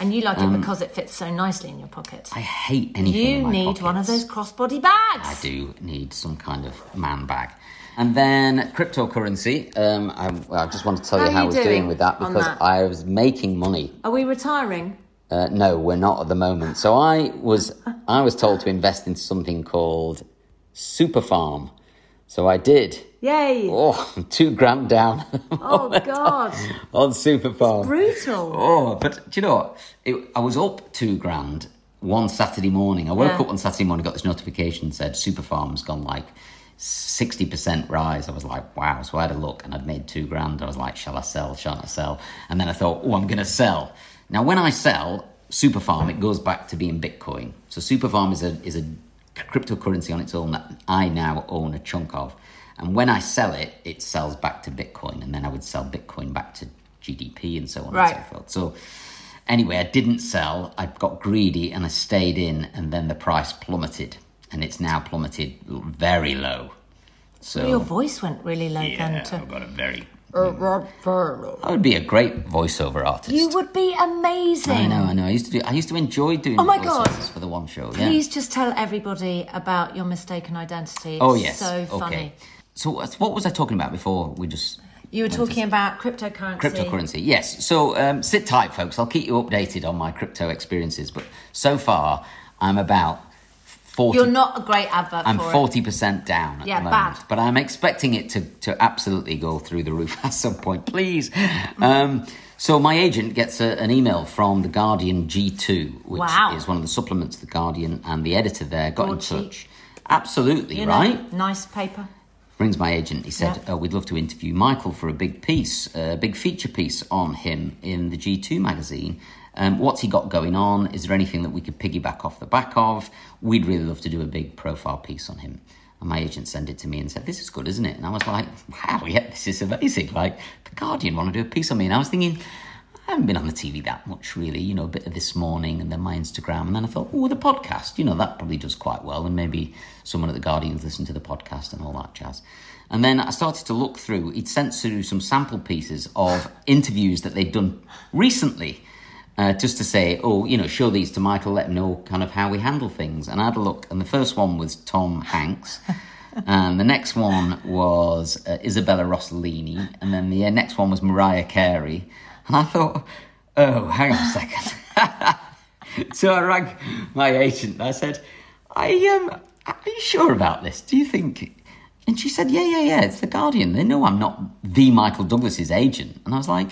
And you like it because it fits so nicely in your pocket.
um, I hate anything. in
you
my
need one of
pockets.
those crossbody bags.
I do need some kind of man bag. And then cryptocurrency. Um, I, well, I just want to tell
How
you
are
how I
you
was doing
doing
with that
on
because
that?
I was making money.
Are we retiring?
Uh, no, we're not at the moment. So I was I was told to invest in something called Superfarm. So I did.
Yay! Oh,
Oh, I'm two grand down
God,
on Superfarm.
brutal.
Oh, but do you know what? It, I was up two grand one Saturday morning. I woke
Yeah.
up one Saturday morning, got this notification said Superfarm's gone like 60% rise. I was like, wow. So I had a look and I'd made two grand. I was like, shall I sell? Shan't I sell? And then I thought, oh, I'm going to sell. Now, when I sell Superfarm, it goes back to being Bitcoin. So Superfarm is a, is a cryptocurrency on its own that I now own a chunk of. And when I sell it, it sells back to Bitcoin. And then I would sell Bitcoin back to GDP and so on and
Right.
so forth. So anyway, I didn't sell. I got greedy and I stayed in. And then the price plummeted. And it's now plummeted very low. So
Your voice went really low
yeah,
then.
I
To...
got a very.
Mm.
I would be a great voiceover artist.
You would be amazing.
I know, I know. I used to do. I used to enjoy doing.
Oh my
voiceovers
God.
For the one show, yeah.
Please just tell everybody about your mistaken identity. It's
Oh yes.
so funny.
Okay. So what's- what was I talking about before we just
You were talking about cryptocurrency.
cryptocurrency? Yes. So um, sit tight, folks. I'll keep you updated on my crypto experiences. But so far, I'm about forty.
You're not a great advert
I'm
for
forty percent down at
Yeah,
the moment,
bad.
but I'm expecting it to to absolutely go through the roof at some point. Please.
Mm.
Um, so my agent gets a, an email from the Guardian G2, which
Wow.
is one of the supplements to the Guardian, and the editor there got in
Broadsheet.
touch. Absolutely
it. You know,
right.
nice paper.
Rings my agent. He said, oh, "We'd love to interview Michael for a big piece, a big feature piece on him in the G2 magazine. Um, what's he got going on? Is there anything that we could piggyback off the back of? We'd really love to do a big profile piece on him." And my agent sent it to me and said, "This is good, isn't it?" And I was like, "Wow, yeah, this is amazing!" Like the Guardian want to do a piece on me, and I was thinking. I haven't been on the TV that much, really. You know, a bit of this morning and then my Instagram. And then I thought, oh, the podcast, you know, that probably does quite well. And maybe someone at The Guardian's listened to the podcast and all that jazz. And then I started to look through. He'd sent through some sample pieces of interviews that they'd done recently uh, just to say, oh, you know, show these to Michael, let him know kind of how we handle things. And I had a look, and the first one was Tom Hanks. And Um, the next one was uh, Isabella Rossellini, and then the uh, next one was Mariah Carey. And I thought, oh, hang on a second. so I rang my agent and I said, I um, are you sure about this? Do you think? And she said, yeah, yeah, yeah, it's The Guardian. They know I'm not the Michael Douglas's agent. And I was like,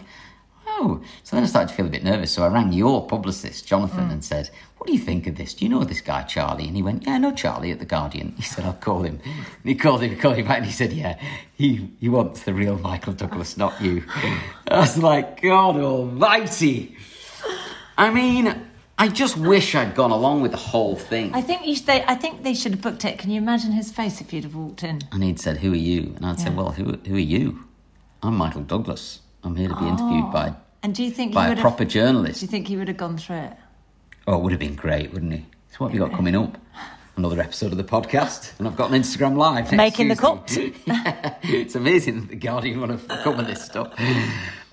Oh, so then I started to feel a bit nervous. So I rang your publicist, Jonathan, and said, What do you think of this? Do you know this guy, Charlie? And he went, Yeah, I know Charlie at The Guardian. He said, I'll call him. And he called him, called him back, and he said, Yeah, he, he wants the real Michael Douglas, not you. I was like, God almighty. I mean, I just wish I'd gone along with the whole thing.
I think you should, they, I think they should have booked it. Can you imagine his face if you'd have walked in?
And he'd said, Who are you? And I'd said, Well, who, who are you? I'm Michael Douglas. I'm here to be interviewed by,
And do Oh, you think
by
you
a
would
proper
have,
journalist.
Do you think he would have gone through it?
Oh, it would have been great, wouldn't it? So what have you got coming up? Another episode of the podcast, and I've got an Instagram live. next
Making the
Tuesday. Yeah. It's amazing that the Guardian want to cover this stuff.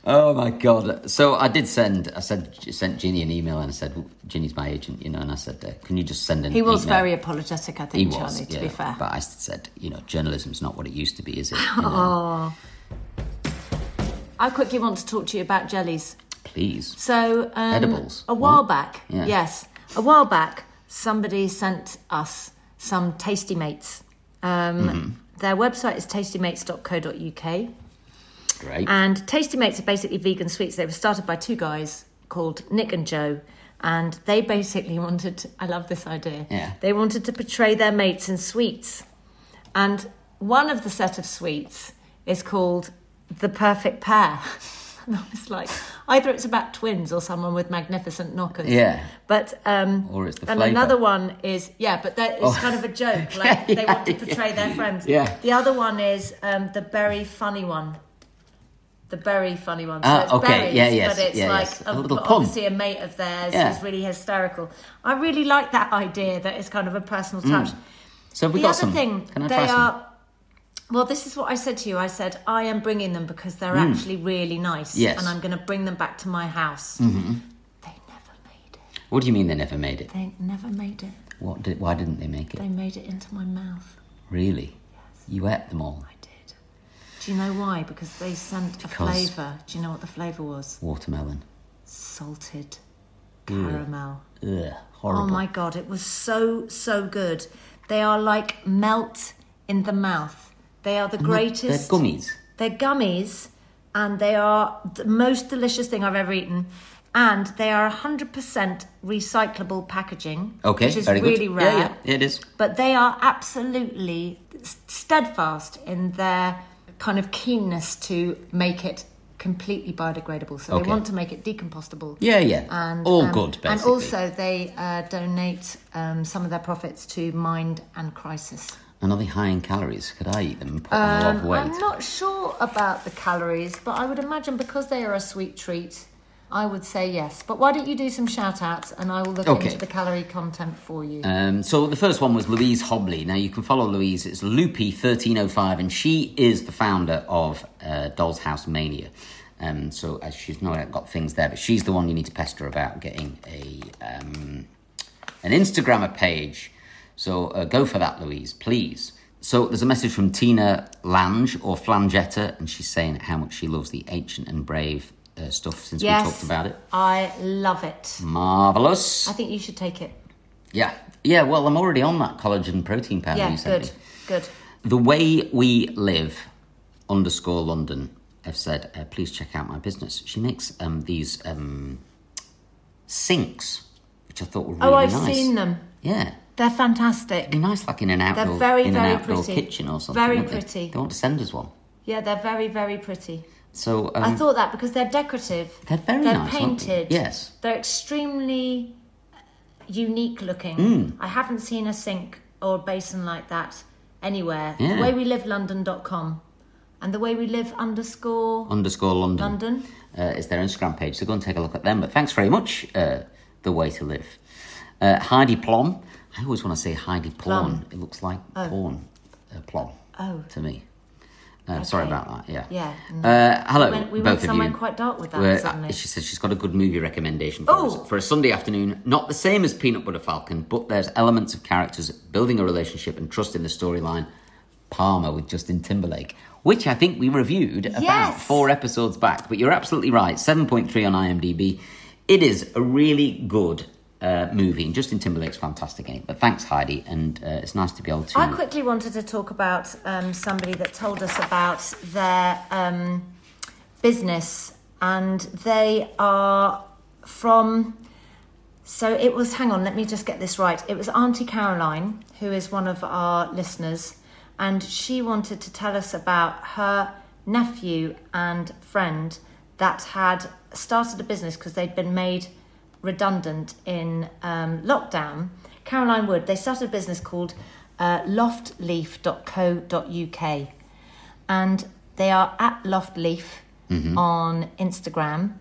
Oh my god! So I did send. I said sent Ginny an email, and I said well, Ginny's my agent, you know, and I said, uh, can you just send an?
He was
email?
very apologetic, I
He
think,
was,
Charlie, to
yeah,
be fair.
But I said, you know, journalism's not what it used to be, is it? You know,
Oh. I quickly want to talk to you about jellies.
please.
So, um,
Edibles.
A while
What?
back,
Yeah.
yes, a while back, somebody sent us some Tasty Mates. Um,
Mm-hmm.
Their website is tastymates.co.uk,
Great.
and Tasty Mates are basically vegan sweets. They were started by two guys called Nick and Joe, and they basically wanted. I love this idea.
Yeah.
They wanted to portray their mates in sweets, and one of the set of sweets is called the Perfect Pair. And I was like, either it's about twins or someone with magnificent knockers.
Yeah.
But um,
Or it's the
and
flavour. Oh.
another one is yeah, but that is kind of a joke. Like they want to
Yeah,
portray their friends.
Yeah.
The other one is um, the very funny one. The very funny one. So
Ah,
it's
okay.
berries,
Yeah, yes,
but it's
yeah,
like
yes. A
ob-
little
but
pun.
obviously a mate of theirs
Yeah.
who's really hysterical. I really like that idea that it's kind of a personal touch.
So have Mm. we
the
got
other
some?
thing,
Can I
they
try some?
are. Well, this is what I said to you. I said I am bringing them because they're actually really nice,
Mm. Yes. Mm-hmm.
and I'm going to bring them back to my house. They never made it.
What do you mean they never made it?
They never made it.
What did, why didn't they make it?
They made it into my mouth.
Really? You ate them all.
I did. Do you know why? Because they sent
Because-
a flavour. Do you know what the flavour was?
Watermelon.
Salted caramel.
Ugh, horrible.
Oh my god, it was so so good. They are like melt in the mouth. They are the greatest.
Mm-hmm. They're gummies.
They're gummies, and they are the most delicious thing I've ever eaten. And they are 100% recyclable packaging,
Okay,
which is
very good.
really
Yeah,
rare.
yeah, yeah, it is.
But they are absolutely s- steadfast in their kind of keenness to make it completely biodegradable. So
Okay.
they want to make it decompostable.
Yeah, yeah.
And,
all
um,
good, basically.
And also, they uh, donate um, some of their profits to Mind and Crisis.
And are they high in calories? Could I eat them and put on a lot of weight?
Um, I'm not sure about the calories, but I would imagine because they are a sweet treat, I would say yes. But why don't you do some shout outs and I will look
Okay.
into the calorie content for you.
Um, so the first one was Louise Hobley. Now you can follow Louise. It's Loopy1305, and she is the founder of uh, Doll's House Mania. Um, so as she's no doubt got things there, but she's the one you need to pester about getting a um, an Instagrammer page. So uh, go for that, Louise, please. So there's a message from Tina Lange or Flangetta, and she's saying how much she loves the ancient and brave uh, stuff since
yes.
we talked about it.
I love it.
Marvelous.
I think you should take it.
Yeah, yeah. Well, I'm already on that collagen protein powder.
yeah,
you sent
good.
me.
Good.
The way we live underscore London have said, uh, please check out my business. She makes um, these um, sinks, which I thought were really
oh, I've
nice.
seen them.
Yeah,
They're fantastic.
be nice, like in an outdoor,
very,
in
very
an outdoor
pretty.
kitchen or something.
Very
wouldn't they?
pretty.
They want to send us one.
Yeah, they're very, very pretty.
So um,
I thought that because they're decorative.
They're very
They're
nice, aren't they?
painted.
Yes.
They're extremely unique looking.
Hmm.
I haven't seen a sink or basin like that anywhere.
Yeah.
The way we live London.com and the way we live underscore
underscore London.
London.
uh, is their Instagram page. So go and take a look at them. But thanks very much, uh, The Way to Live. Uh, Heidi Plom. I always want to say Heidi Plom. It looks like porn. Uh, Plom.
Oh.
To me. Uh, Sorry about that. Yeah.
Yeah.
Uh, hello,
went- we
both
went
of
somewhere
you. uh,
quite dark with that
We're-
suddenly.
She says she's got a good movie recommendation for
Oh.
us for a Sunday afternoon. Not the same as Peanut Butter Falcon, but there's elements of characters building a relationship and trust in the storyline. Palmer with Justin Timberlake, which I think we reviewed about
Yes.
four episodes back. But you're absolutely right. Seven point three on IMDb. It is a really good. Uh, movie and Justin Timberlake's fantastic in it, but thanks Heidi, and uh, it's nice to be able to.
I quickly wanted to talk about um, somebody that told us about their um, business, and they are from. So it was, hang on, let me just get this right. It was Auntie Caroline, who is one of our listeners, and she wanted to tell us about her nephew and friend that had started a business because they'd been made redundant in um, lockdown. Caroline Wood, they started a business called uh, loftleaf.co.uk, and they are at loftleaf on Instagram.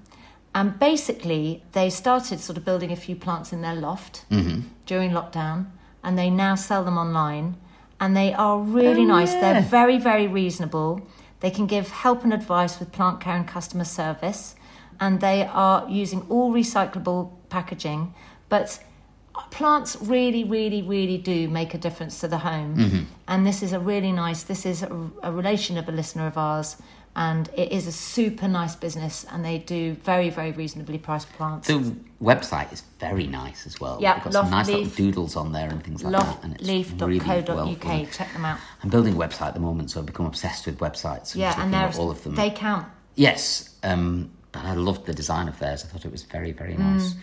And basically, they started sort of building a few plants in their loft during lockdown, and they now sell them online. And they are
Oh,
really nice. They're very, very reasonable. They can give help and advice with plant care and customer service. And they are using all recyclable packaging. But plants really, really, really do make a difference to the home.
Mm-hmm.
And this is a really nice, this is a, a relation of a listener of ours. And it is a super nice business, and they do very, very reasonably priced plants.
The website is very nice as well.
Yeah,
They've got some nice little
loftleaf-
doodles on there and things like that. And it's really well
Loftleaf.co.uk.
done.
Check them out.
I'm building a website at the moment, so I've become obsessed with websites. and just
Yeah, and
looking at
there's
all of them.
They count.
Yes, um, and I loved the design of theirs. I thought it was very, very
Hmm.
nice.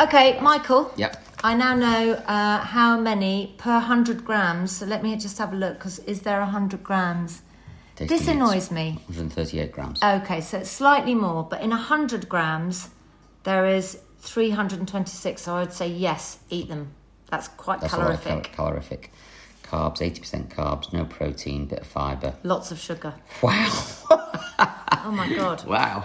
Okay, Michael.
Yep.
I now know uh, how many per 100 grams. So let me just have a look because is there 100 grams?
tasting
This
it.
annoys Uh, me.
138 grams.
Okay, so it's slightly more, but in 100 grams, there is 326. So I would say, yes, eat them. That's quite
That's
calorific.
a lot of cal- calorific. Carbs, 80% carbs, no protein, bit of fibre.
Lots of sugar.
Wow.
Oh my God.
Wow.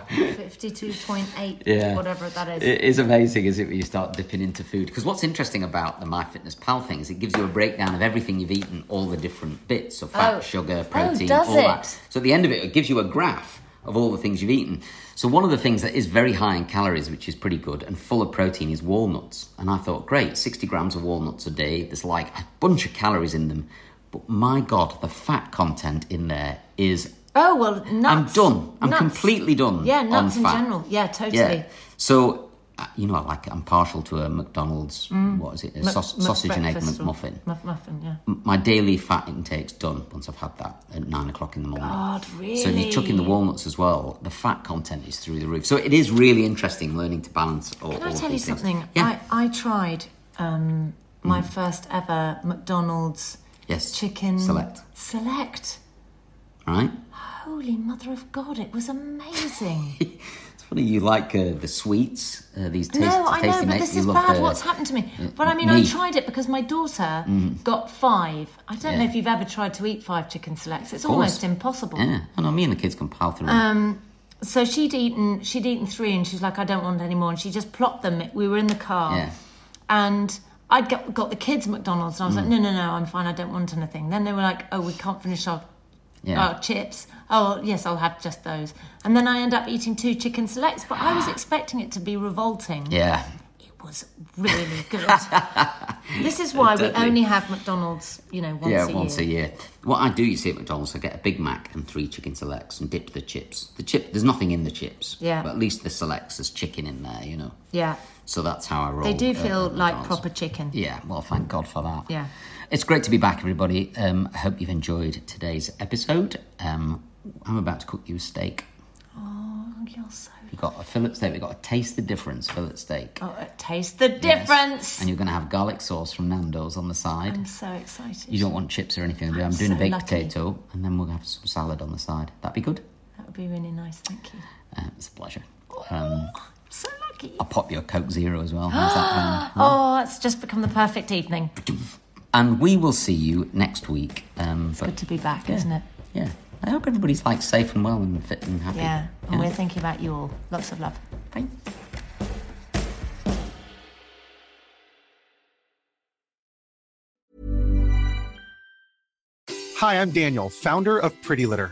52.8,
Yeah.
whatever that is.
It is amazing, isn't it, when you start dipping into food? Because what's interesting about the MyFitnessPal thing is it gives you a breakdown of everything you've eaten, all the different bits of fat,
Oh.
sugar,
Oh,
protein,
does
all that.
it?
So at the end of it, it gives you a graph of all the things you've eaten. So one of the things that is very high in calories, which is pretty good, and full of protein is walnuts. And I thought, great, 60 grams of walnuts a day. There's like a bunch of calories in them. But my God, the fat content in there is
oh, well, nuts.
I'm done. I'm
Nuts.
completely done.
Yeah,
on
nuts in
fat.
general. Yeah, totally.
Yeah. So, uh, you know, I like I'm partial to a McDonald's. What is it? A
Mm. Mc-
saus- sausage and egg
McBreakfast or-
McMuffin.
Muff- muffin, yeah.
M- My daily fat intake's done once I've had that at nine o'clock in the morning.
God,
So if you chuck in the
really?
walnuts as well, the fat content is through the roof. So it is really interesting learning to balance. All,
Can
all
I
of
tell you
these things.
something?
Yeah.
I, I tried um, my first ever McDonald's
yes.
chicken
select.
Select.
All right.
Holy mother of God, it was amazing.
It's funny you like uh, the sweets. Uh, these tasty,
no, I know,
tasty
but
makes-
this
you
is
love
bad.
the-
What's happened to me? But I mean, I
me.
tried it because my daughter got five. I don't know
Mm. Yeah.
if you've ever tried to eat five chicken selects. It's
Of course.
almost impossible.
Yeah. I know. Me and the kids can pile through.
Um, So she'd eaten, she'd eaten three, and she's like, "I don't want any more." And she just plopped them. We were in the car.
yeah.
and I got, got the kids McDonald's, and I was
Mm.
like, no, no, no, I'm fine. I don't want anything. Then they were like, oh, we can't finish our,
Yeah.
our chips. Oh, yes, I'll have just those. And then I end up eating two chicken selects, but I was expecting it to be revolting.
Yeah.
It was really good. this is why we
Deadly.
only have McDonald's, you know, once
yeah,
a
once
year.
a year. What I do, you see at McDonald's, I get a Big Mac and three chicken selects and dip the chips. The chip, there's nothing in the chips.
Yeah.
But at least the selects, there's chicken in there, you know.
Yeah,
So that's how I roll.
they do
at-
feel
at
like
Oh, McDonald's.
proper chicken.
Yeah, well, thank God for that.
Yeah.
It's great to be back, everybody. Um, I hope you've enjoyed today's episode. Um, I'm about to cook you a steak.
Oh, you're so.
We've got a fillet steak, we've got a taste the difference fillet steak.
Oh, it tastes the
Yes.
difference.
And you're going to have garlic sauce from Nando's on the side.
I'm so excited.
You don't want chips or anything. I'm,
I'm
doing a
so
baked
lucky.
potato, and then we'll have some salad on the side. That'd be good.
That would be really nice. Thank you.
Uh, it's a pleasure. Um,
I'm so lucky.
I'll pop your Coke Zero as well. How's that um, sound?
Oh, it's just become the perfect evening.
And we will see you next week. Um, but
Good to be back, isn't it?
yeah, I hope everybody's like safe and well and fit and happy.
Yeah. And we're thinking about you all. Lots of love.
Bye.
Hi, I'm Daniel, founder of Pretty Litter.